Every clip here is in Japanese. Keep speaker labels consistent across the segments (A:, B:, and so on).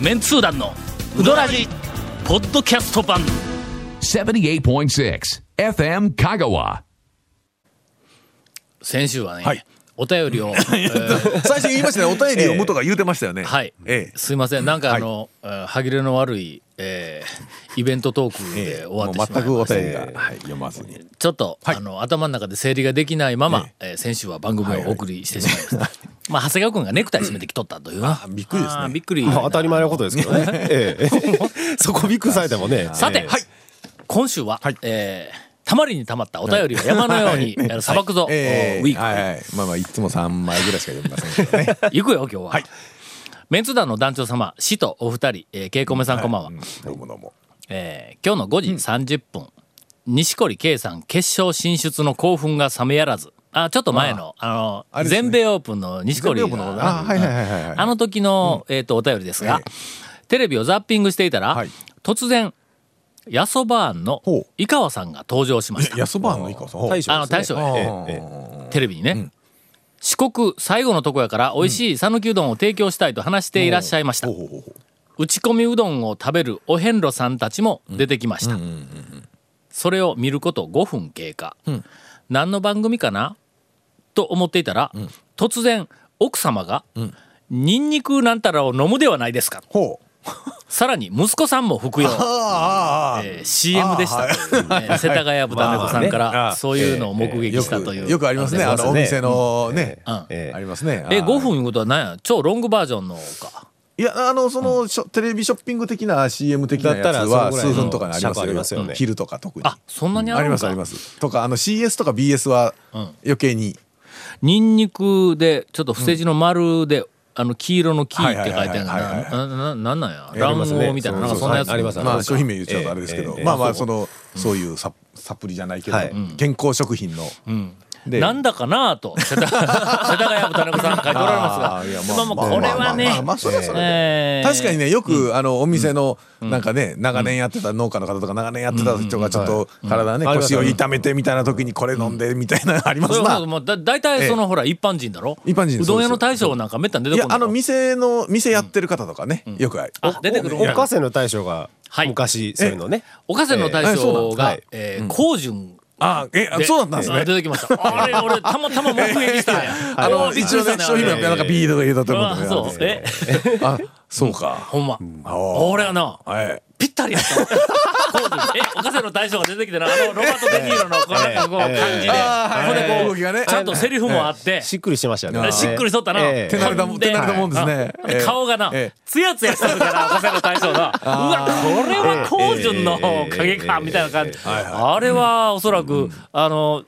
A: メンツー団のウドラジポッドキャスト版
B: 78.6 FM Kagawa.
A: 先週はね、
C: はい
A: お便りを、えー
C: 最初言いました ね、お便り読むとか言うてましたよね。
A: はい、
C: ええ。
A: すいませんなんかあの、えー歯切れの悪い、えーイベントトークで終わ
C: も
A: っ
C: う
A: てしまいました
C: 全くお便りがはい読まずに。
A: ちょっと、あの頭の中で整理ができないまま、えー先週は番組をお送りしてしまいました、 まあ長谷川君がネクタイ締めてきとったというな
C: びっくりですね
A: あーびっくり
D: まあ、当たり前のことですけどね。ええ、そこびっくりされてもね。
A: さて、
D: ええ
A: 今週は、
C: はい
A: えーたまりにたまったお便りが山のように、えー砂漠ぞ、
C: ええ
A: ウィーク、
C: はいはい。まあまあ、いつも3枚ぐらいしか読みませんけどね。
A: 行くよ今日は、メンツ団の団長様死とお二人、えー、ケイコメさんこんばんは、
C: どうもどうも。
A: えー今日の5時30分、錦織圭さん決勝進出の興奮が冷めやらずあちょっと前のあの、
C: あれですね
A: 全米オープンの錦織
C: 全米オープンのあ
A: が
C: はいはいはいはいはい
A: あの時の、えー、とお便りですが、テレビをザッピングしていたら、
C: はい
A: 突然ヤソバーンの
C: ほう
A: 井川さんが登場しました
C: やそばのいかさん。
D: 大
C: 将。
D: 将
A: あの大将
D: え
A: や
D: ええ
A: テレビにね、四国最後のとこやから美味しい讃岐うどんを提供したいと話していらっしゃいました、
C: ほうほうほうほう
A: 打ち込みうどんを食べるお遍路さんたちも出てきました、それを見ること5分経過、何の番組かなと思っていたら、突然奥様が、ニンニクなんたらを飲むではないですか
C: ほう。
A: さらに息子さんも 服用、
C: ああああああ。
A: えー CM でしたという ね、世田谷豚猫さんか
D: まあ
A: ら
D: ね
A: そういうのを目撃
C: よ
A: したという、
C: くよくありますね。あのお店のね。
A: うん
D: え
C: ありますね。
A: え
C: あー
A: 5分いうことは何や超ロングバージョンのか
C: いや、あの、その、しょテレビショッピング的な CM 的なや
D: だった
C: つ
D: ら
C: は
D: そ
C: 数
D: のぐらいの
C: 分とかにありま
D: 尺ありますす
C: よ
D: よ
C: ね。
D: ね
C: 昼とか特に。
A: あそんなにあ
C: あ
A: る
C: り
A: の
C: ます
A: か
C: あります。とか、あの CS とか BS は余計に。
A: ニンニクでちょっと伏せ字の丸で、あの黄色の「黄」って書いてあるの
C: はいはいはいはい
A: なななんなんや
D: あり
A: 卵
D: ますね
A: 黄みたいななんかそんなやつ
D: あります
C: まあ
D: そう
C: 商
D: か
C: 品名言っちゃうとあれですけど、
D: ええ
C: まあま
D: え
C: あ
D: え
C: そのそういうササプリじゃないけど、
D: はい
C: 健康食品の、で
A: なんだかなぁと 世田世田谷豚猫さん書いておられますが
C: あーいや
A: まあまあこれはね
C: まあまあまあそれはそれで
A: えー
C: 確かにねよく、あのお店のなんかね長年やってた農家の方とか長年やってた人がちょっと体ね、
D: うん
C: 腰を痛めてみたいな時にこれ飲んでみたいなのありま
A: それ
C: す
A: は
C: な。
A: もうだ大体その、
C: え
A: ほら一般人だろ
C: 一般人
A: うどん屋
C: そうで
A: の
C: す
A: 大将なんかめったに出
C: い
A: て
C: や
A: こない
C: あの店の店やってる方とかね、よくある
A: あ出てくる
D: えおかせの大将が
A: はい
D: 昔そういうのね。
A: おかせの大
C: えそうなん
A: 将
C: です
A: が、
D: はい
A: えー高順
C: あえあそうだったんですね。
A: 出てきました あれ俺たまたま目撃したんや
C: あ
A: お
C: の
A: ーびっ
C: 一
A: くり
C: 応
A: した
C: ね商品名
A: あ
C: は
A: れ
C: なんかビールとか入れたと思
A: あそううん
C: で
A: え
C: あそうか。
A: ほんま、俺はな
C: はい。
A: ぴったりやった わこうですえおかせの大将が出てきてなあのロバート・デ・ニーロのこうなんかこう感じで、
C: あーはい
A: ここ
C: 動
A: でこ
C: きが
A: う
C: ね
A: ちゃんとセリフもあって、
D: しっくりしてましたよね。
A: しっくりしとったな、
D: ええ
C: 手慣れた
A: ほ
C: 手慣れたもんですね
A: あで
C: ええ
A: 顔がな、
C: ええ
A: ツヤツヤしてるからおかせの大将 がうわこれは高純のおかげか、
D: ええ
A: みたいな感じ、
D: え
A: あれはおそらく、あの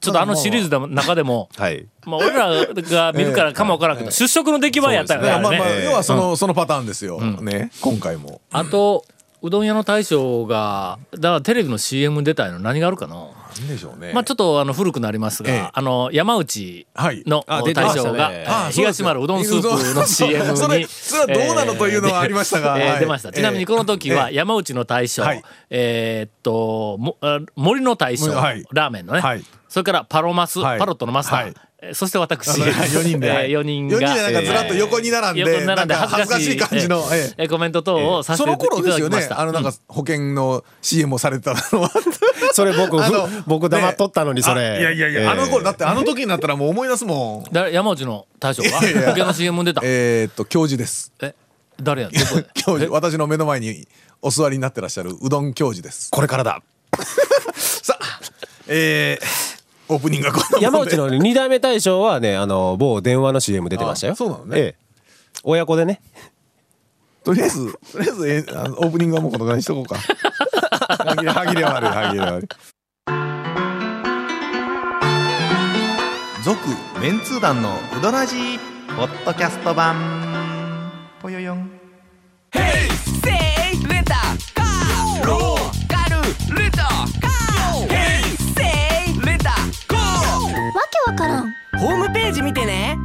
A: ちょっとあのシリーズの中でも、
D: はい。
A: まあ、俺らが見るからかもわからんけど、出色の出来栄えやったよね
C: だからま
A: あ
C: あ
A: れね
C: まあ、要はその、そのパターンですよ。ね。今回も。
A: あと、うどん屋の大将が、だからテレビの CM 出たいの何があるかな。
C: なんでしょうね。
A: まあちょっとあの古くなりますが、
C: ええ
A: あの山内の
C: はいあ
A: 大
C: 出てましたね
A: 将が、えー
C: あ そうです
A: 東
C: よ
A: 丸うどんスープの CM に
C: それそれはどうなのというのはありましたが
A: えー
C: はい
A: 出ました、ちなみにこの時は
C: え
A: 山内の大将、
C: はい
A: えーっともあ森の大将、
C: はい
A: ラーメンのね、
C: はい
A: それからパロマス、
C: はい
A: パロットのマスター、
C: はい
A: えーそして私
C: 4人で。
A: えー4人が
C: 4人でなんかずらっと横に並んで、
A: 横に並んで
C: なんか
A: 恥
C: 恥
A: ず
C: ず
A: か
C: か
A: し
C: し
A: い
C: い感じの。ええ
A: えーコメント等をさせ
C: そ
A: てい
C: の
A: た
C: 頃で
A: だ
C: す
A: き
C: よ
A: ま
C: ね
A: し。た
C: あのなんか保険の CM をされてたのは。
D: それ僕
C: あの
D: ふ 僕黙っとったのにそれ。
C: あいやいやい
D: ええ
C: や、あの頃だってあの時になったらもう思い出すも ん。
A: 誰山内の大将が
C: いやいや
A: 保険の CM に出たえ
C: えーっと、教授です。
A: 誰やど こで
C: 教授、私の目の前にお座りになってらっしゃるうどん教授です。
D: これか らだ。
C: さあ、えー、オープニングがこんなもんで
D: 山内の二代目大将はねあの某電話の CM 出てましたよ。
C: あそうなのね
D: ええ。親子でね。
C: とりあえず、とりあえず、えーあのオープニングはもうこのぐらいにしとこうか。 歯切れ、歯切れ悪い、歯切れ悪い。
E: 続メンツー団のウドラジーポッドキャスト版ぽよよん
F: わけわからん
G: ホームページ見てね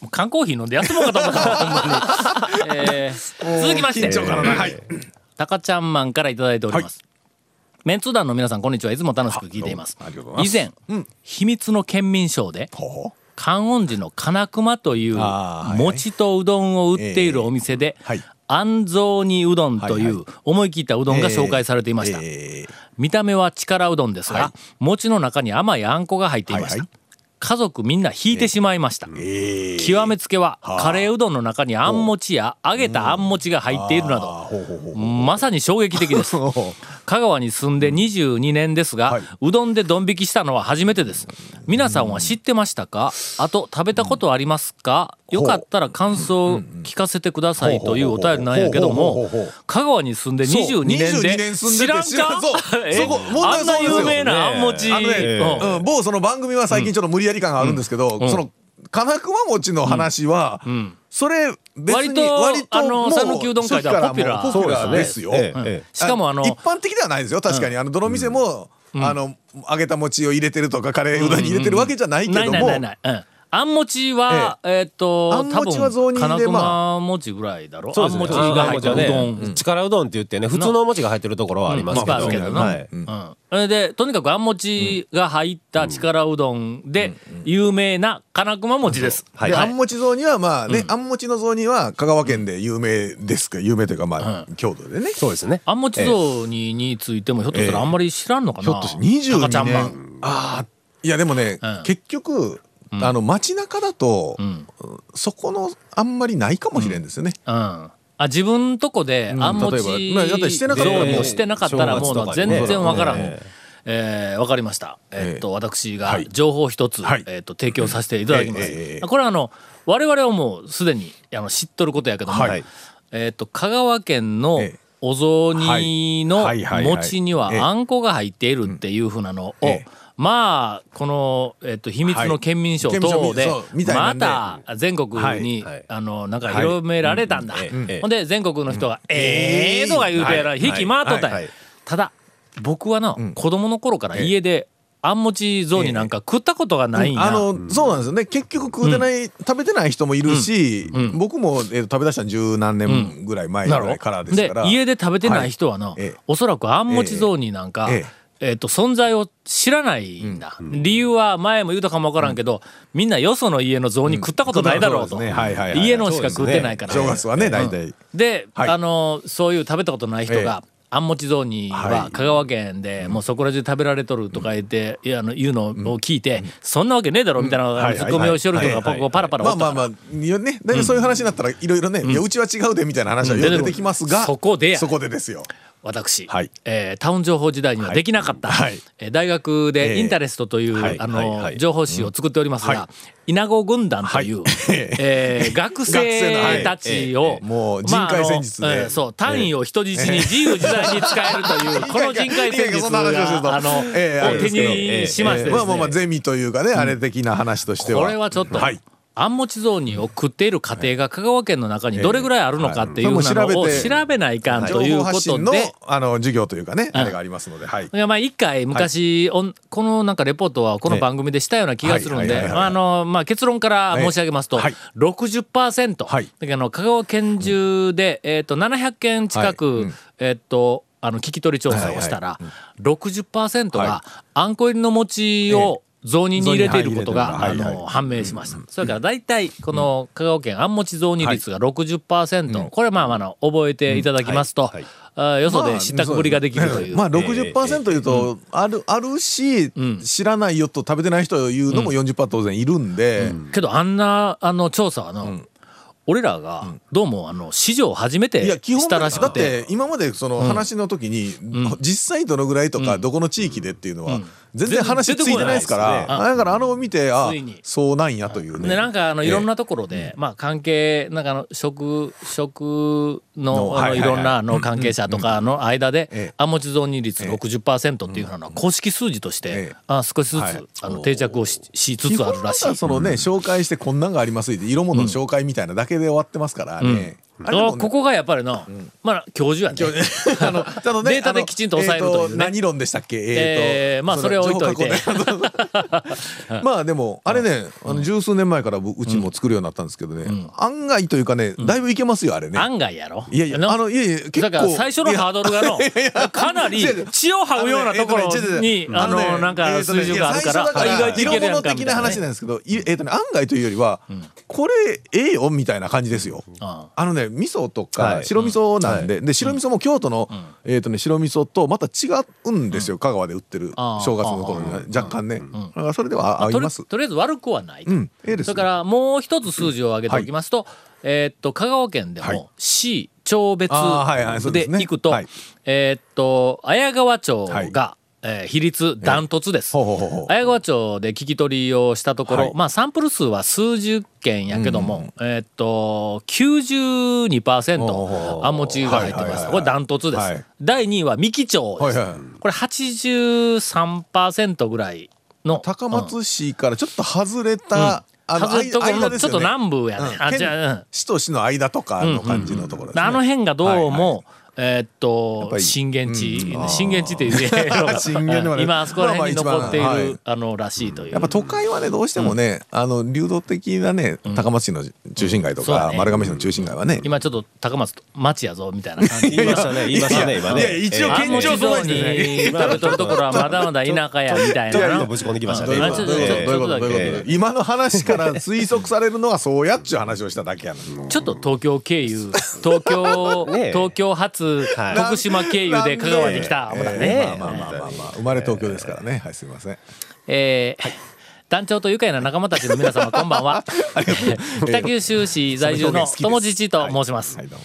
A: もう缶コーヒー飲んで休もうかと思ったほんま に、えー続きまして
C: 緊張からな。はい。
A: タカちゃんマンからいただいております、メンツー団の皆さんこんにちはいつも楽しく聞いています
C: あどうもありがとうございます
A: 以前、秘密の県民賞で
C: ほう
A: 観音寺の金熊という
C: あーはいはい
A: 餅とうどんを売っているお店で、
C: はい
A: 安蔵にうどんとい
C: はいは
A: う思い切ったうどんが紹介されていました、
C: えー
A: 見た目は力うどんですが、
C: は
A: 餅の中に甘いあんこが入っていました、
C: はいはい
A: 家族みんな引いてしまいました、
C: えー
A: 極めつけは
C: はあ
A: カレーうどんの中にあん餅や揚げたあん餅が入っているな
C: あー
A: ど
C: ほうほうほう
A: まさに衝撃的 です香川に住んで22年ですが、
C: はいう
A: どんでドン引きしたのは初めてです皆さんは知ってましたかあと食べたことありますかよかったら感想を聞かせてくださいというお便りなんやけど
C: ほ
A: も
C: うほうほうほうほうほう
A: 香川に住んで22年
C: そう22
A: で
C: 年住ん
A: 知
C: で
A: ら
C: て
A: ん
C: 知ら
A: か
C: んそう
A: え
C: そこ問
A: あ
C: 題
A: ん
C: そう
A: な
C: ですよ
A: 有名なあん餅
C: あのね
A: うん
C: うん、某その番組は最近ちょっと無理やり感があるんですけど、
A: うん
C: その金熊餅の話は、それ別
A: 割
C: に
A: と
C: 割と
A: あの
C: もう
A: 讃岐うどん界では
C: 初期からもう
A: ポピ
C: ポ
A: ュ
C: ピュ
A: ラ
C: ラ
A: ー
C: ー
A: で
C: ですす
A: ね
C: よ、
D: ええ
A: しかもあの
C: 一般的ではないですよ確かに、あのどの店も、あの揚げた餅を入れてるとかカレーうどんに入れてるわけじゃないけども、
A: ないないないない。うんあん餅は、えーっと、
C: あん
A: 多
C: 餅は雑
A: 分、
C: 煮で
A: 金
C: ま
A: 熊餅ぐらいだろ。あん餅
D: あん
A: が入っ
D: 餅
A: た
D: は
A: うど
D: ね
A: ん。
D: 力うどんって言ってね普通のお餅が入ってるところはあります
A: う
D: け
A: んまああ
D: ど,、
A: るけどな
D: はい
A: うんそれで、とにかくあん餅が入った力うどんで、有名な金熊餅です。
D: はい
C: で、
D: は
C: あ
D: い
C: んもち雑煮はまあね、あんもちの雑煮は香川県で有名ですか有名というかまあ、郷土でね
D: そうですね
A: あん餅像にについても、ひょっとしたらあんまり知らんのかな。
C: ひょっとして22
A: 高ちゃんは
C: 年ああいやでもね、
A: うん
C: 結局あの街中だと、
A: ん
C: そこのあんまりないかもしれんですよね、
A: うん。あ自分とこであんもち
C: 例えばまあだってしてなかったら
A: 雑煮
C: も
A: を
C: う
A: してなかったらも
D: 正月と
A: う
D: か
A: 全
D: にね
A: 然わからん。
D: え
A: えーわかりました。えっと、私が
C: はい
A: 情報を一つ、
C: はい
A: えっと、提供させていただきます。
C: ええええ
A: これはあの、我々はもうすでにあの知っとることやけども、
C: はい
A: えっと、香川県の
C: ええ
A: お雑煮の
C: はいはいはいはい
A: 餅には
C: ええ
A: あんこが入っているっていうふうなのを、
C: ええ
A: まあ、この、えっと、秘密の県民賞
C: はい県民賞
A: 等で
C: そう、みたいな
A: ま
C: んで
A: た全国に
D: はいはい、
A: あの、なんか広められたんだ。
D: はいうんうんええ
A: ほんで、全国の人が、ええとか言うてやら、
D: はい
A: 引き回っとったん
D: はいは
A: や
D: い。
A: ただ、僕はな、
C: ん
A: 子供の頃から家で、あんもち雑煮なんか食ったことがないんや。
C: あの、そうなんですよね結局食うてない、食べてない人もいるし、
A: うんうん
C: 僕も、えー食べ出したの十何年ぐらい前ぐ
A: なるほ
C: ら
A: ど
C: いからですから、
A: 家で食べてない人はな、
C: いええ
A: おそらくあんもち雑煮なんか、え
C: え
A: っ
C: え
A: と存在を知らないんだ、理由は前も言うたかもわからんけど、みんなよその家の雑煮食ったことないだろうと、
C: うん食ったことないそうですねはいはいはい
A: 家のしか食ってないから、
C: 正月はね大体、
A: で、
C: はい
A: あのそういう食べたことない人が、あんもち雑煮
C: は
A: はい香川県でもうそこら中食べられとるとか言って、いやあの言うのを聞いて、そんなわけねえだろみたいな
C: はいはいはい
A: ツッコミをしよると
C: は
A: か
C: いはい
A: パコパラパラ
C: ま
A: お
C: あ
A: った
C: ま
A: か
C: あ
A: ら
C: まあいやね大体そういう話になったらいろいろね、ういやうちは違うでみたいな話はよく出てきます
A: う
C: が、
A: んそこでや
C: そこでですよ
A: 私、
C: はい
A: えータウン情報時代にはできなかった、
C: はい
A: えー大学で
C: ええ
A: インタレストという、
C: はい
A: あの
C: はいはい
A: 情報誌を作っておりますが、
C: うんは
A: 稲子軍団という、 えー学生たちを、
C: 学生のはいええもう
A: まあ
C: 人海戦術で
A: あのうんそう単位を人質に自由自在に使えるという、
C: いいかい
A: この人海戦術
C: いいかいいかそんな話をしてると
A: があの、
C: ええあ
A: を
C: れ
A: 手
C: ですけど
A: にしましてですね、
C: まあまあまあゼミというかね、あれ的な話としては
A: これはちょっと、
C: はい
A: あんもち雑煮を食っている家庭が香川県の中にどれぐらいあるのかっていうのを
C: ええはい
A: 調
C: それも調べ
A: べ
C: て
A: ないかんとい
C: 情
A: うこ
C: 報発
A: と
C: 信の
A: で。
C: あの授業というかね、あれがありますのではい
A: いやまあ一回昔、おんこのなんかレポートはこの番組でしたような気がするん
C: はいは
A: で
C: いはいはい
A: まああのまあ結論から申し上げますと、
C: ええはい
A: 60%、
C: はい
A: だからあの香川県中で、えっと700件近く、
C: はいうん
A: えっとあの聞き取り調査をしたら、60%が
C: は
A: あんこ入りの餅を雑煮に入れていることが、
C: はい
A: あ
C: はい
A: の判明しました、それから大体この香川県あんもち雑煮率が60%、これまあまああの覚えていただきますと、あよそで知ったくぶりができるという。
C: まあ60%言うとあるあるし知らないよと食べてない人いうのも40%当然いるんで
A: けどあんなあの調査はな、俺らがどうもあの史上初めて
C: いや基
A: し
C: 本
A: たらし
C: だ
A: く。
C: ってて今までその話の時に実際どのぐらいとかどこの地域でっていうのは全然話ついてないですからだからあのを見てあ
A: ついに
C: そうなんやというね
A: でなんかあのいろんなところで、まあ関係なんかあの職職の
C: の
A: あ
C: は
A: の
C: いはい
A: い
C: はい
A: ろんなあの関係者とかの間
C: え
A: で
C: え
A: アモチゾニ率60%っていうのは公式数字とし
C: え
A: て
C: え
A: あ少しずつ
C: はい
A: あの定着をししつ
C: 基
A: つあ
C: 本
A: るらし
C: なん
A: い
C: か。そのね紹介してこんなんがありますって色物の紹介みたいなだけで終わってますからねあれでも
A: あここがやっぱりな、まあ教授や
C: 今
A: ね
C: 日ね あのあのね
A: データできちんと抑えるというね
C: あのー何論でしたっけ
A: えーまあそれは置いといて
C: 情報加工 ねまあでもあれねあの十数年前からううちも作るようになったんですけどね案外というかねだいぶいけますよあれ ね
A: 案外やろ
C: いやいや
A: な
C: あのいやいや結構
A: だから最初のハードルがのかなり
C: 違う違う
A: 血を
C: あ
A: 這
C: の
A: う
C: ね
A: ようなところ
C: えっとね違
A: に
C: う違う
A: あ
C: ね
A: のなん
C: え
A: か
C: っとね
A: 水準があるから
C: いや最初
A: 意
C: だ
A: 外といけるやんか
C: 色物
A: みた
C: 的ない
A: な
C: 話
A: ね
C: なんですけど、いえっとね、案外というよりは、これええよみたいな感じですよ。
A: あ
C: あのね味噌と
D: は
C: か
D: い
C: 白味噌なんで、で白味噌も京都の、えっ、とね白味噌とまた違うんですよ、香川で売ってる
A: あー
C: 正月の頃には若干ね、だからそれでは合い
A: とり
C: ます。
A: とりあえず悪くはないと、
C: うんええです
A: それからもう一つ数字を上げておきますと、えーっと香川県で
C: は
A: も
C: い
A: C 町別
C: あーはいはいそうで
A: です
C: ね
A: 行くと、
C: はい
A: えーっと綾川町が、
C: は
A: え
C: い
A: ー比率ダントツです、
C: ほうほうほうほう
A: 綾川町で聞き取りをしたところ、
C: はい
A: まあサンプル数は数十件やけども、えーっと92%
C: ほうほうほう
A: あんもちが入って
C: はいはい
A: ます
C: はいはい
A: これダントツです、
C: はい
A: 第2位は三木町です、
C: はいはい
A: これ83%ぐらいの
C: 高
A: うん
C: 松市からちょっと外れた、あの
A: 外れるところ
C: 間
A: の
C: です
A: ちょ
C: よ
A: っ
C: ね
A: と南部やね、
C: うん
A: あ
C: 県
A: じゃあ、うん
C: 市と市の間とかの感じのところです、ね
A: あの辺がどうも、えーっ
C: やっ
A: と
C: ぱり
A: 震源地、
C: うんあー
A: 震源地って言えろが
C: 震源ではない
A: 今あそこら辺に
C: まあ
A: 残
C: まあ
A: っている、
C: 一番はい
A: あのらしいという
C: やっぱ都会はねどうしてもね、あの流動的なね高松市の中心街と
A: そうだ
C: か、
A: ね
C: 丸亀市の中心街はね、
A: 今ちょっと高松町やぞみたいな感じ
D: 言いましたね、言いましたね、今ね。
C: いやいや一応
A: あ
C: 現
A: もう
C: 状
A: 非常に
D: ええ
A: 食べとるところはまだまだ田舎やみたい
D: ちょっと
A: な
D: 今ぶち込んできました
A: どう
D: ね。
A: いう
D: 今
A: こと
D: え
A: どういうこと
D: え
A: どういうこと
C: どういうこと
D: え
C: 今の話から推測されるのはそうやっちゅう話をしただけや の
A: ちょっと東京経 由東京、
D: ねえ
A: 東京発、
D: はい
A: 徳島経由で香川に来た、
C: え
A: ほら
C: ー
A: ね、
C: まあまあまあまあまあ生まれ東京ですからねはいすいません
A: えー団長と愉快な仲間たちの皆様こんばん は北九州市在住の友父と申します、
C: はいどうも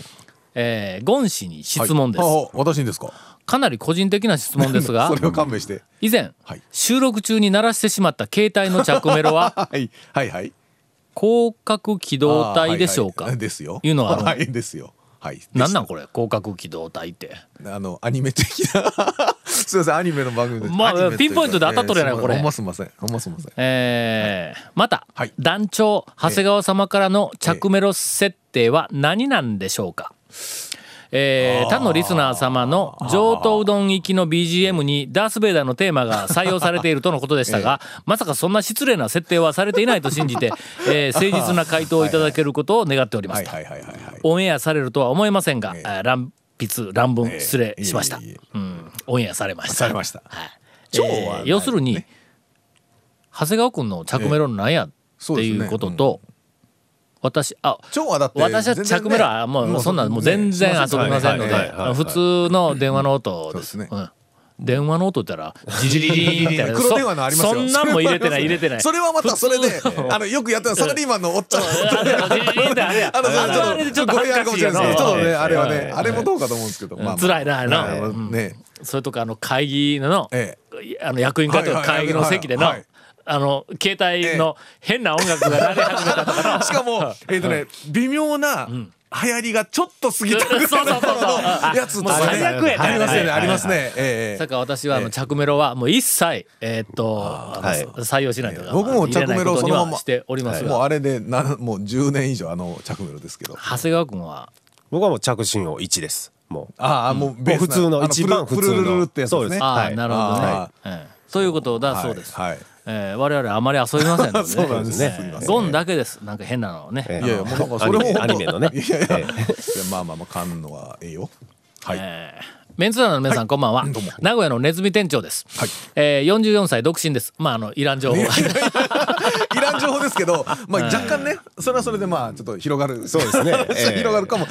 A: えーゴン氏に 質問です、
C: はいあ私にですか
A: かなり個人的な質問ですが
C: それを勘弁して
A: 以前、
C: はい
A: 収録中に鳴らしてしまった携帯の着メロは
C: はいはいはい
A: 広角機動隊でしょうか、
C: あーはいはいですよ
A: いうのがある
C: はいですよはい
A: なんなんこれ広角機動隊って
C: あのアニメ的な すいませんアニメの番組で
A: まあ
C: アニメと
A: ピ
C: いうか
A: ンポイントで当たっとるやない
C: えー
A: これ
C: ほんますいませんほんますいません
A: えーまた、
C: はい
A: 団長長谷川様からの着メロ設定は何なんでしょうか、えー他のリスナー様の上等うどん行きの BGM にダース・ベイダーのテーマが採用されているとのことでした が、まさかそんな失礼な設定はされていないと信じて、えー誠実な回答をいただけることを願っておりま
C: は
A: す
C: い
A: と
C: はいはいはいはい
A: オンエアされるとは思いませんが、
C: ええ
A: あー乱筆乱文失礼しました、
C: ええいえいえ
A: うん、オンエアされました
C: されました
A: はい
C: 蝶は
A: えー
C: ない
A: 要するに、長谷川君の着メロなんやっていうことと、私あ
C: 超はだって
A: 私は
C: 全然ね
A: 着メロはもうそんなもう全然遊びませんので
D: はいはいはいはい
A: 普通の電話の音です。
C: そうです
A: うん電話の音って言ったら、ジリリリリみたいな。
C: 黒電話のありますよ
A: そそんなんも入れてない、入れてない。
C: それはまたそれで
A: 普通
C: あのよくやってるサラリーマンのおっちゃん
A: あれあれジリリリってあれや
C: あの
A: あれあれでちょっと
C: 語
A: 恥
C: 弊
A: ず
C: ある
A: か
C: かも
A: しい
C: しれ
A: や
C: ないですけどちょっとね
A: ろ。
C: あれはね
D: ええ
C: あれもどうかと思うんですけどまあまあ
A: 辛いなあれな
C: はい
A: うん
C: ね
A: それとかあの会議の、
C: え
A: あの役員会とか
C: はいはい
A: 会議の席での、
C: はいはい
A: あの携帯の変な音楽が鳴り始めたとかの
C: し かもえっとね微妙な流行りがちょっと過ぎたぐらいの
A: そうそうそうそうあ
C: やつと
A: もう
C: か
A: 最
C: ね
A: 悪やね
C: ありますよね
A: はい
C: ありますね え
A: さ
C: え
A: か私はあの着メロはもう一切えーっとあの
D: はい
A: 採用しないというか
C: 僕も
A: 入れない
C: 着メロ
A: ことには
C: そのまま
A: しております
C: もう
A: が
C: あれでなもう10年以上あの着メロですけど
A: 長谷川君は
D: 僕はもう着信を一です。もう。
C: ああもうベースな
D: もう普通の
C: あ
D: 一番
C: プ
D: 普通
C: ル
D: の
C: プルルルルってやつです
D: そうで
C: ね
D: す
A: ああ、
D: はい
A: なるほどね、
C: は
A: ええそういうことだそうです、
C: はいはい
A: ええ我々あまり遊びませんので、ね、
C: そうなんです
A: え
C: ね
A: え
C: すいません
A: ゴンだけですなんか変なのね、
D: ええ
C: いやいやもうなんかそれも本当
D: アニメアニメのね。
C: いやいや
D: え
C: い
D: え
C: やまあまあまあかんのはええよはい
A: えーメンツラの皆さん、こんばんは
C: うんどうも
A: 名古屋のネズミ店長です、
C: はい
A: えー、44歳独身ですまああのいらん情報は
C: いらん情報ですけど、まあ若干ね、それはそれでまあちょっと広がる。
D: そうで すね
C: 話が広がるかも。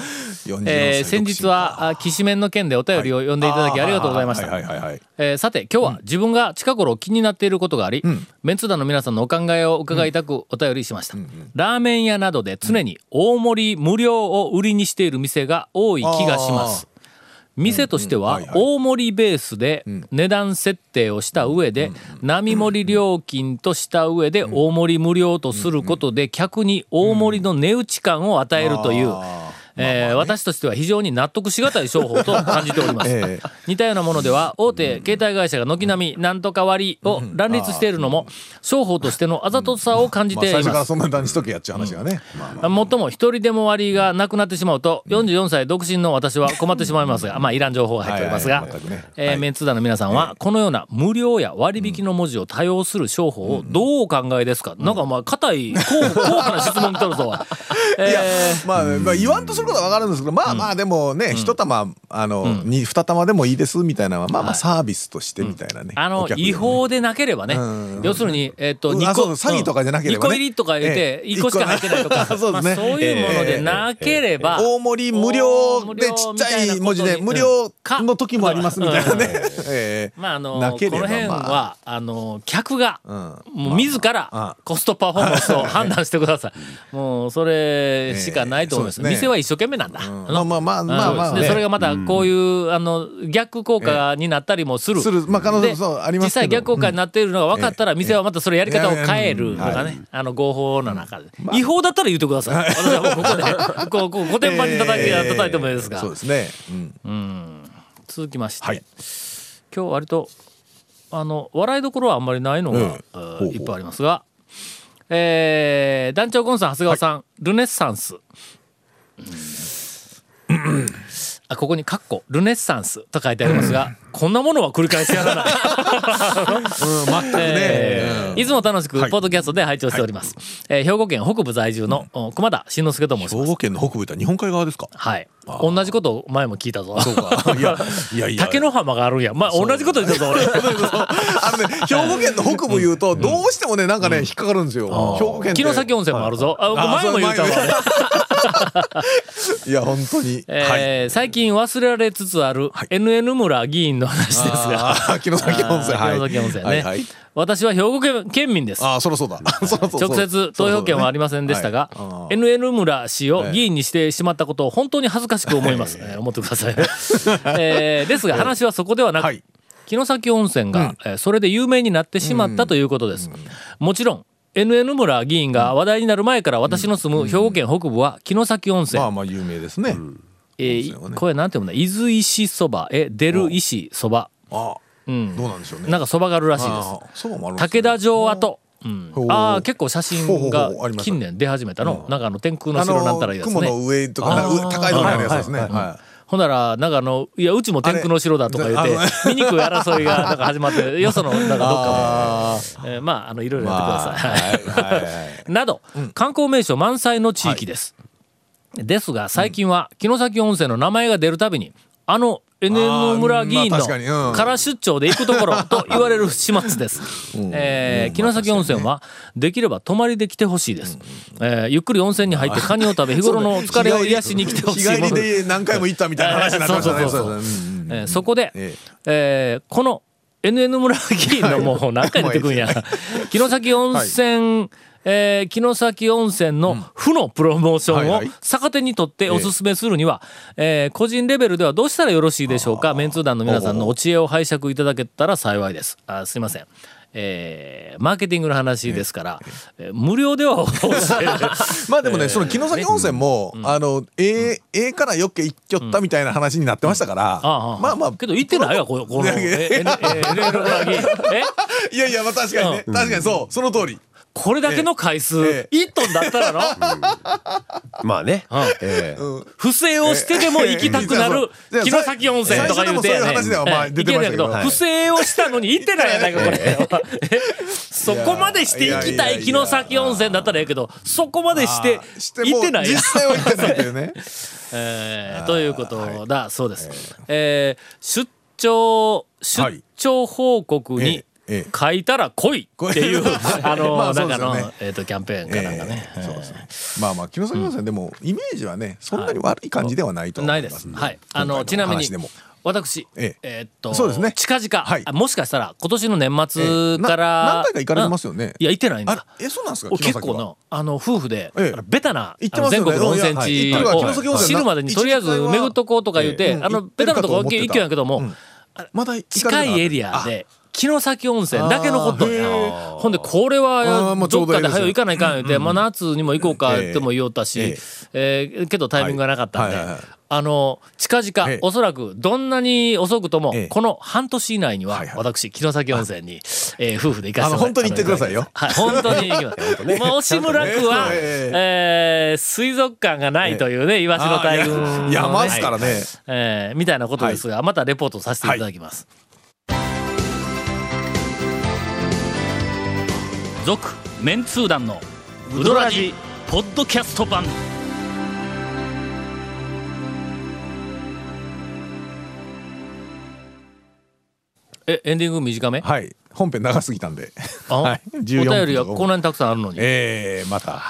C: 44
A: えー
C: 歳
A: 先日はあきしめんの件でお便りを読んでいただきありがとうございました、
C: はいはいはいはい。
A: えーさて今日は自分が近頃気になっていることがあり、メンツ団の皆さんのお考えを伺いたくお便りしました、ラーメン屋などで常に大盛り無料を売りにしている店が多い気がします店としては
C: うんうんはいはい
A: 大盛りベースで値段設定をした上で並盛り料金とした上で大盛り無料とすることで客に大盛りの値打ち感を与えるという
C: あ
A: えー私としては非常に納得しがたい商法と感じております、
C: ええ
A: 似たようなものでは大手携帯会社が軒並みなんとか割を乱立しているのも商法としてのあざとさを感じ
C: まあ、
A: てい
C: 最
A: ます、
C: 初からそんなにしとけやっちゃう話がね、まあまあ
A: もっとも一人でも割がなくなってしまうと44歳独身の私は困ってしまいますがまあいらん情報が入っております
C: は
A: が
C: いはい全くね
A: えーメンツー団の皆さんはこのような無料や割引の文字を多用する商法をどうお考えですかなんかお前硬い高高価な質問来とるぞ。えー
C: いやまあ、まあ言わんとすることは分かるんですけどまあまあでもね、一玉あの、に二玉でもいいですみたいなのはまあまあサービスとしてみたいなね、
A: あの
C: お客にね
A: 違法でなければね、
C: うん
A: 要するに、えっと
C: うん
A: 2
C: あ
A: 個
C: そう詐欺とかじゃなければ
A: 2
C: ね
A: 個入りとか入れて
C: ええ
A: 1個しか入ってないとか、
C: 一個 そう
A: ま
C: で
A: あ
C: すね
A: そういうものでなければ、
C: 大盛り無料でちっちゃい文字で無料
A: か
C: の時もありますみたいなね、
A: うん
C: ええ
A: まああの
C: な
A: こ
C: ければ
A: の辺
C: まあ
A: はあの客が、
C: う
A: もう自ら
C: あ
A: コストパフォーマンスを判断してく ださい。もうそれしかないと思います。
C: ええそうです
A: 店
C: ね
A: は一生懸命なんだ。
C: ん
A: あ
C: ま
A: の
C: あまあまあまあまあ
A: うんで
C: ね
A: それがまたこういうあの逆効果になったりもする。
C: するまあ可能性
A: で
C: そうありますけど
A: 実際逆効果になっているのが分かったら店はまたそれやり方を変えるとか
C: は
A: ね。あの合法の中で違法だったら言ってください。私はもうここでこうこう古典版に叩き
C: ええ
A: 叩いてもいいですが
C: そう。ですね、うん
A: 続きまして、
C: はい
A: 今日割とあの笑いどころはあんまりないのが、
C: うん
A: えー
C: ほうほう
A: いっぱいありますが、えー団長ゴンさん長谷川さん、ルネッサンス、うんあここに「カッコルネッサンス」と書いてありますが、こんなものは繰り返しやら ない。
C: 全くね、
A: えーいつも楽しく
C: はい
A: ポッドキャストで拝聴しております、えー兵庫県北部在住のお熊田慎之介と申し
C: 兵
A: ます
C: 庫県の北部いた日本海側ですか
A: はい同じことを前も聞いたぞ
C: そうか いやいやいや
A: 竹の浜があるんやまあ同じこと言ったぞ俺
C: あのね、兵庫県の北部言うと、どうしてもね、なんかね、引っかかるんですよ。兵庫県って。
A: 城崎温泉もあるぞ。あ、
C: あ
A: 前も言うたわ。
C: そう前も いや、本当に。はい。
A: えー最近忘れられつつある NN 村議員の話ですが、
C: あ ー城崎温泉。はい
A: 城崎温泉
C: は
A: ね
C: いはい。
A: 私は兵庫県県民です。
C: ああ、そろそうだ。 そろそうそう
A: 直接投票権はありませんでしたが、
C: そうそうね
A: NN 村氏を議員にしてしまったことを本当に恥ずかしく思います。えー思ってください。 えーですが話はそこではな
C: は
A: く
C: い、
A: 城崎温泉が、えーそれで有名になってしまったということです、もちろん NN 村議員が話題になる前から私の住む兵庫県北部は城崎温泉、
C: まあまあ、有名ですね。
A: えーこれなんて読むんだ伊豆石そばえ出る石そば
C: ああ、
A: ん
C: どうなんでしょうね。
A: なんかそばがあるらしいです
C: ああ、そうもあるんですね
A: 武田城跡うん
C: ほう、
A: ああ結構写真が
C: ほうほうほうあります
A: 近年出始めたの、なんかあの天空の
C: あ
A: 城
C: の
A: なんたらいいです
C: 雲の
A: ね
C: 上とか、なんかう高いところにあるやつですね。は
A: ほんならなんかあのいやうちも天空の城だとか言っ
C: あ
A: て
C: れあ
A: 醜い争いがなんか始まってよそのなんかどっかで、えーまああのいろい
C: い。
A: ろやってください、
C: まあ、はいはいはい。
A: など、観光名所満載の地域です、ですが最近は城崎温泉の名前が出るたびにあの NN 村議員
C: まあ
A: の
C: 確かにうん
A: から出張で行くところと言われる始末です、 えー城崎温泉はできれば泊まりで来てほしいです、えーゆっくり温泉に入ってカニを食べ日頃の疲れを癒しに来てほしい
C: 日帰
A: も
C: り
A: のです
C: で何回も行ったみたいな話になってましたね。
A: そうそうそうそう
C: ですねんん
A: えーそこで、え
C: ええ
A: ーこの NN 村議員のもう何回出てくんや城崎温泉、えー城崎温泉の負のプロモーシ
C: はい
A: ョンを
C: はい
A: 逆手にとっておすすめするには、えー個人レベルではどうしたらよろしいでしょうかメンツー団の皆さんのお知恵を拝借いただけたら幸いですあすいませんえーマーケティングの話ですから、えー無料ではお教 え
C: まあでもね、その城崎温泉も、あの、ええ、ええからよっけ行っきょったみたいな話になってましたから、
A: ああ
C: まあまあ、
A: けど言ってないわこ このえ NN 村議員え
C: いやいや、まあ確かにね、確かにそう、その通り。
A: これだけの回数、
C: え
A: 1トンだったらの、
D: まあね。
A: うん
D: ええ
A: 不正をしてでも行きたくなる
C: ええ
A: 城崎温泉とか言うてやね
C: 最初でもそういう話ではまあ
A: ええ
C: 出てましたけど
A: 行
C: はい
A: 不正をしたのに行ってないやないかこれえそこまでして行きた
C: いやいやい
A: い
C: や
A: 城崎温泉だったらええけどそこまでして
C: ああ
A: 行ってないや
C: 実際は行ってないとい うね。
A: えーということだそうです。えー出張
C: は
A: 出
C: い
A: 張報告に
C: ええええ
A: 書いたら来いっていうあ
C: ま
A: の
C: あそうで
A: 中
C: すよ
A: の
C: ね
A: えーとキャンペーンかなんかね。
C: ええそうですね。まあまあ、城崎温泉でも、イメージはね、そんなに悪い感じではないと思
A: ない
C: い
A: で
C: ます
A: す。
C: んで。
A: はい。あの、ちなみに
C: 今回の話でも、
A: 私、え
C: ええ
A: ーっと、
C: そうですね
A: 近々、
C: はい
A: あもしかしたら今年の年
C: え
A: 末
C: えな
A: から、
C: 何回か行かれてますよね
A: うんいや、行ってないん
C: あ
A: だ。
C: れえ、そうなんですか
A: お
C: 城
A: 結
C: 崎
A: 構
C: は
A: な、あの、夫婦で、
C: ええ
A: あのベタな、
C: 行っ
A: あ
C: て
A: の全
C: ますよね
A: 国の温泉地
C: はい行ってるわ城崎温
A: を
C: 泉
A: 知るまでにとりあえず巡っとこうとか言うて、
C: 一日一回は
A: あの、ベタなとこ
C: ええ
A: 行け行けんやけども、
C: うんまだ行かれてなかった
A: 近いエリアで、城崎温泉だけ残っとん
C: あーへ
A: やほんでこれ
C: あー
A: は
C: まあち
A: ど
C: ょ
A: っ
C: うどえ
A: かで
C: えです
A: 早う行かないかん言うて、まあ、夏にも行こうか
C: ええ
A: っても言おうたし、え
C: え
A: ーけどタイミングがなかったんで、
C: はいはいはい
A: あの近々、
C: ええ
A: おそらくどんなに遅くとも、
C: ええ
A: この半年以内には、
C: はいはい
A: 私城崎温泉に、えー夫婦で行かせて
C: あの本当に行ってくださいよ
A: はい、本当に行き ます。まあ、押村区は、
C: ちゃんとね
A: えー水族館がないというね、イワシの大群の
C: あ
A: ね。
C: ーいや山ですから
A: は
C: ね
A: い。えーみたいなことですが、またレポートさせていただきます。続、メンツー団の、ウドラジ、ポッドキャスト版。え、エンディング短め、
C: はい本編長すぎたん で
A: あ
C: はい
A: お
C: 14分
A: 便りはこんなにたくさんあるのに。
C: えー、また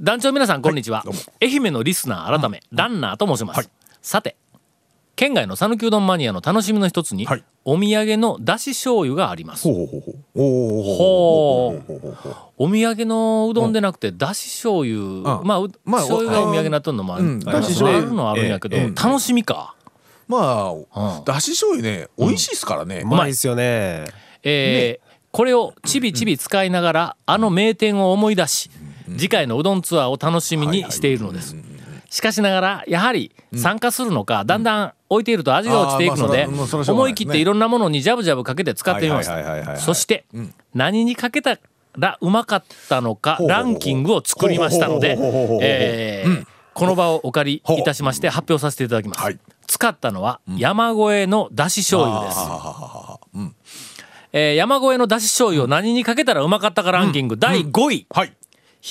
A: 団長皆さんこんにちは、
C: どうも
A: 愛媛のリスナー改め、ランナーと申します、さて県外の讃岐うどんマニアの楽しみの一つに、
C: はい
A: お土産のだし醤油があります
C: ほうほうほうほうおーほうほうほうほうほうほ
A: お土産のうどんでなくてだし醤油、
C: うん
A: まあ、う
C: まあ
A: 醤油がお土産になっとんのもある、
C: うん
A: まあ
C: だし
A: その
C: 醤
A: あ
C: 油
A: るのはあるんやけど、
C: ええええ
A: 楽しみか、
C: うま
A: うん
C: あだし醤油ね美味しいですからね
D: うまいっすよね。
A: えーこれをちびちび使いながら、あの名店を思い出し、次回のうどんツアーを楽しみにしているのです、しかしながらやはり参加するのか、だんだん置いていると味が落ちていくので、
C: あーまあそれはもうそれはしょう
A: 思
C: がない
A: い
C: です
A: 切
C: ね
A: っていろんなものにジャブジャブかけて使ってみまし
C: はいはいはいはいは
A: た
C: い
A: そして、何にかけたらうまかったのか
C: ほうほう
A: ラ
C: ほう
A: ンキングを作りましたので
C: ほうほうほうほうほう
A: えーこの場をお借りいたしまして発表させていただきます、
C: はい
A: 使ったのは山越えのだし醤油ですえー山越えのだし醤油を何にかけたらうまかったかランキング、第5位、
C: はい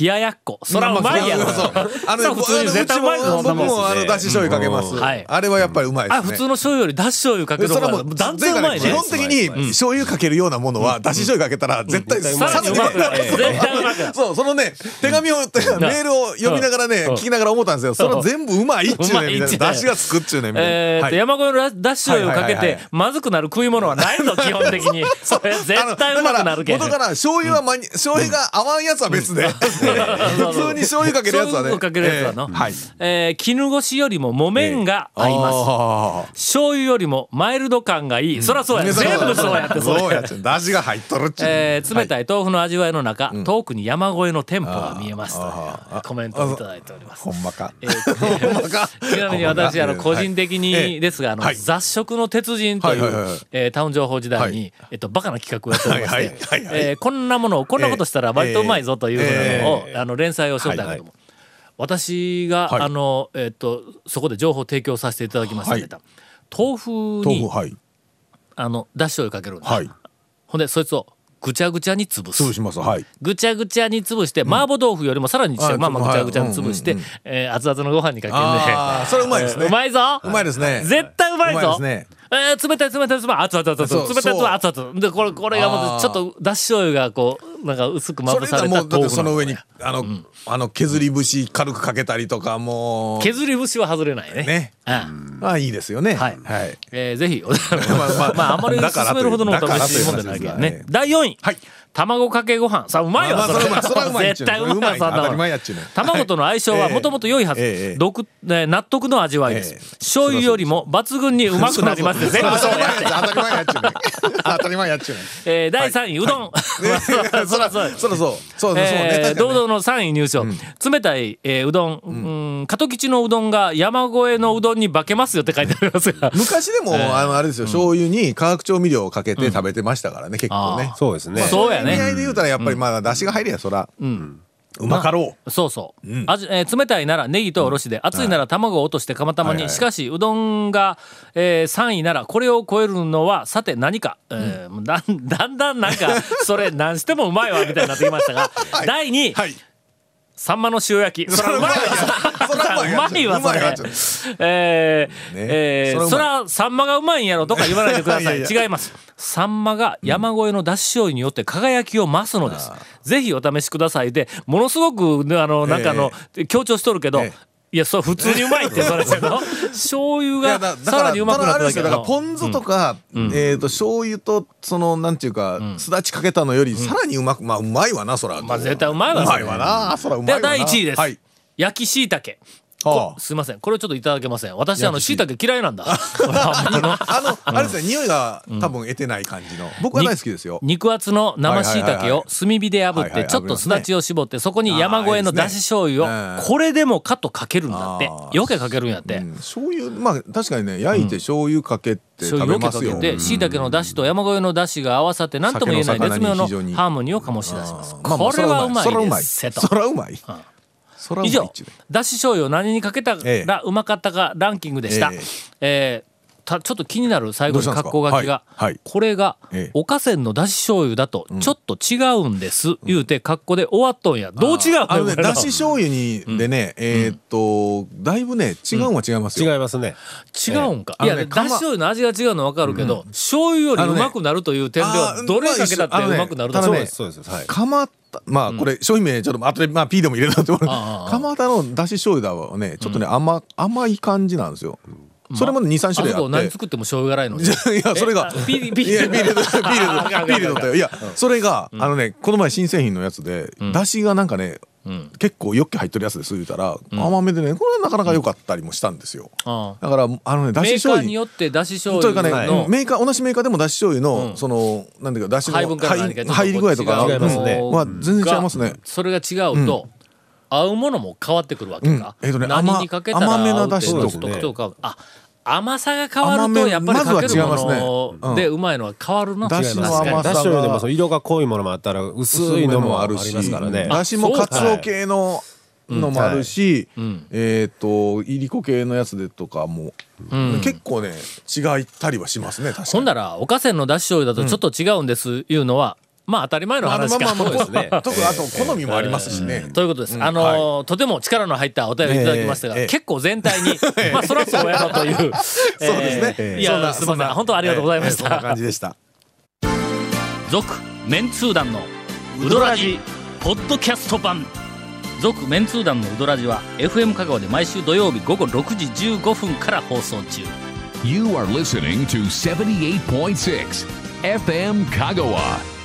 A: 冷ややっこそらうまいやろ、
C: そうそうあ
A: そら
C: の
A: 普通に絶対うまいと思
C: 僕
A: う
C: もあのだし醤油かけます、
A: んはい
C: あれはやっぱりうまいで
A: あ
C: すね
A: 普通の醤油よりだし醤油かける
C: それは
A: 方
C: も
A: が
C: う
A: 断然うまいね
C: 基本的に醤油かけるようなものはだし醤油かけたら絶対
A: さらにうまくなる
C: ね
A: 絶対うまくなる
C: そうそのね手紙をメールを読みながらね
A: うん
C: 聞きながら思ったんですよそれは全部うまいっちゅうねんみたいなだしがつくっちゅうねんみた
A: え
C: い
A: ー
C: な
A: と、山越えのだだし醤油をかけ
C: はい
A: て
C: はいはいはい
A: まずくなる食い物はない の基本的にそれ絶対うまくなるけん
C: だから元から醤油はまに醤油が合わんやつは別で普通に醤油かけるやつ
A: 醤
C: は
A: 油
C: ね
A: をかけるやつはの、
C: えーはい
A: えー絹ごしよりも木綿が合います、
C: あー
A: 醤油よりもマイルド感がいい、そりゃそうや全部そうやってそれ
C: そうやってだしが入っとるっちゅうねん
A: えー冷たい豆腐の味わいの中、遠くに山越えの店舗が見えますというコメントをいただいております。
C: ほんまか
A: え ーちなみに私あの個人的
C: はい
A: にですがあの
C: はい
A: 雑食の鉄人とい
C: はいはいは
A: う
C: い
A: えータウン情報時代
C: は
A: にえっとバカな企画をやっておりまして
C: はいはいはいはい
A: えーこんなものをこんなことしたら割とうまいぞというふうなのを
C: え
A: あの連載をしとったんやけども私が
C: はい
A: あのえっとそこで情報を提供させていただきました豆腐
C: 豆腐
A: に
C: はい
A: あのだし醤油かけるんだ
C: はい
A: ほんでそいつをぐちゃぐちゃに潰す
C: 潰しますはい
A: ぐちゃぐちゃに潰して、麻婆豆腐よりもさらにちっちゃい、
C: はい
A: まあまあぐちゃぐちゃに潰して、
C: うんうん
A: えー熱々のご飯にかけて、
C: あ ーそれうまいです
A: え
C: ね
A: ーうまいぞ
C: うまいですね
A: 絶対うまいぞ
C: うまいですね
A: えー冷たい冷たい冷たい熱々熱々
C: そう
A: 冷たい冷たい熱
C: そ
A: 々でこれこれがまたちょっとだし醤油がこうなんか薄くま
C: そ
A: ぶ
C: れ
A: さ
C: が
A: れた
C: もうだっ
A: 豆
C: て
A: 腐な
C: その
A: の
C: 上にあの、あの削り節軽くかけたりとかもう
A: 削り節は外れないね
C: ね
A: うん
C: まあいいですよね
A: はい
C: はい、
A: えーぜ ひ、ま
C: あま
A: あ
C: あ、
A: まあ、あまり
C: だから
A: 勧めるほどのお試しもんじゃないけど
C: だからという話です
A: ね
C: ね。
A: 第4位、
C: はい
A: 卵かけご飯。さあ、うまいわ、
C: まあまあそれはうまい
A: 絶対うまいわ、そんな
C: それはうまい当た
A: も
C: り
A: ん
C: 前やっちゅうね
A: 卵との相性はもともと良いはず、
C: ええええ
A: 独えー納得の味わいです、
C: ええ
A: 醤油よりも抜群にうまくなりますね全部そう
C: 当
A: やって
C: たり前やっち ゅうね当たり前やっちゅうね
A: えー第3位、うどん、
C: ねそらそうそらそうそうそうね
A: えー
C: 確かに
A: 堂
C: ね
A: 々の3位入賞、冷たい、えーうどん、うん、加藤吉のうどんが山越えのうどんに化けますよって書いてありますが
C: 昔でも、あのあれですよ、醤油に化学調味料をかけて食べてましたからね、結構ね
A: あー
D: そうですね。
A: そうやね
C: 意味合いで言うたらやっぱりまあ出汁が入りやそら、うまかろう
A: そうそう、味えー冷たいならネギとおろしで、熱いなら卵を落として釜玉に、
C: はいはい
A: しかしうどんが、えー3位ならこれを超えるのはさて何か、えーもうだん だんだんなんかそれ何してもうまいわみたいになってきましたが、第2位、
C: はい
A: サンマの塩焼きそ
C: そ
A: ら
C: ら
A: う
C: うま
A: まい
C: い
A: わうまいわ
C: わそらうう
A: そ
C: まい
A: れ
C: わちょっと。
A: えー
C: ね
A: えー
C: それうまい
A: そらサンマがうまいんやろとか言わないでください
C: いやいや
A: 違いますサンマが山越えのだし醤油によって輝きを増すのです、ぜひお試しくださいでものすごくねあのなんかあの、強調しとるけど、
C: え
A: いやそう普通にうまいってそれけ ど醤
C: い
A: 油
C: や
A: が
C: だ
A: さらにうまくなった
C: だからあれ
A: だ
C: です
A: け
C: よだから
A: ど
C: ポン酢とか、えっと醤油とそのなんていうか、すだちかけたのよりさらにうまくまあうまいわなそら
A: まあ絶対うまいわ
C: う
A: そ
C: ま
A: れ
C: いわなそらうまい
A: で
C: わ
A: は
C: な
A: 第1位です、
C: はい
A: 焼きしいたけ
C: は
A: すいませんこれちょっといただけません私あの
C: や
A: しいたけ嫌いなんだほら あの
C: あ。あの、あれですね、匂いが多分得てない感じの。僕は大好きですよ。
A: 肉厚の生しいたけを炭火で炙
C: は
A: っ
C: いはい
A: て
C: はい
A: ちょっとすだちを絞ってそこに山越えのだし醤
C: あーいい
A: 油を
C: ですね
A: これでもかとかけるんだって
C: あー
A: 余計かけるんやっ
C: う
A: て
C: ん醤油、まあ確かにね、焼いて醤油かけて
A: 醤
C: 食
A: 油
C: べ
A: をか
C: ます
A: け
C: よ。
A: てしいたけのだしと山越えのだしが合わさって何とも言えない絶妙のハーモニーを醸し出します
C: まあまあ
A: これはうまいです
C: そ
A: せと
C: らうまい。そらうまい。そらうまい
A: 以
C: っちゅうね。
A: 上だし醤油を何にかけた
C: え
A: らうまかったかランキングでした、え
C: ええ
A: ーたちょっと気になる最後に
C: どうしたん
A: 格
C: ですか
A: 好書きが、
C: はいはい
A: これが、
C: ええ
A: おかせんのだし醤油だとちょっと違うんです、言うて格好で終わっとんやどう違う
C: あ のね、
A: これ
C: だし醤油に、でね、えーっと、だいぶね、違うんは違いますよ。
D: 違いますね。
A: 違うんか、
C: ええ
A: いや
C: あ
A: だ
C: のね
A: し
C: 釜
A: 醤油の味が違うの分かるけど、醤油よりうまくなるという点で
C: あ
A: は
C: のね
A: どれかけたって
C: あーまあ一緒あの
A: う
C: ね
A: まくなる
C: ただ
D: そう
C: ね
D: ですそうです。はい。
C: 蒲田まあこれ商品名ちょっと後でまあ P でも入れたっても
A: ああああ
C: 蒲田のだし醤油だはねちょっとね甘甘い感じなんですよそれもね23
A: あ
C: 種類
A: そこ
C: あっ
A: 何
C: て
A: 作っても醤油辛いのに
C: じゃあいやそれが
A: えあ ピリピリ
C: いやビールだビール
A: あかんあかんあか
C: だ
A: ん
C: ビールだったよいやそれがあのねこの前新製品のやつでだしがなんかね
A: ん
C: 結構よっけ入ってるやつです言うたら甘めでねこれはなかなか良かったりもしたんですよ
A: ああ
C: だからあのねだし
A: メー
C: 醤
A: カー
C: 油
A: によってだし醤
C: という
A: 油
C: かね、
A: の、
C: メーカー同じメーカーでもだし醤油の、
A: うん
C: そのなんていうかだしの
A: 配分から何か
C: 入入り具合とか
D: 違いますね
C: うんまあ全然違いますね。
A: それが違うと、合うものも変わってくるわけか。
C: うんえっとね
A: 何にかけたら
C: 甘め
A: 合
C: な
A: う
C: 出
A: けど
C: 汁
D: とか
A: 独特とか。あ、甘さが変わるとやっぱりかけるも
C: 甘めまずは違います
A: の
C: ね
A: でうまいのは変わるな。
C: 出
D: 違い
C: 汁
D: ま
C: の
D: す
C: 甘さが
D: ね。だし醤油でもその色が濃いものもあったら薄いのもありますからね。
C: だしも
A: あそう
C: カ
A: か
C: ツオ系ののもあるし、えっ、といりこ系のやつでとかも、結構ね違いったりはしますね確か
A: ほん
C: に。
A: だらおかせんのだし醤油だとちょっと違うんですいうのは、まあ当たり前の
C: あの
A: 話
C: まあ
A: か。
C: まあまあ
D: そうですね
C: 特にあと好みもありますしね。
A: ということです。あのーとても力の入ったお便りいただきましたが、
C: ええええ
A: 結構全体に、まあそらそうやろという。そうです
C: そうですね
A: い
C: そん
A: や、
C: な
A: すみません。本当ありがとうございまし
D: そんな
A: た
D: 感。じでした。
A: 続メンツー団のウドラジポッドキャスト版続メンツー団のウドラジは FM 香川で毎週土曜日午後6時15分から放送中
B: You are listening to 78.6 FM Kagawa.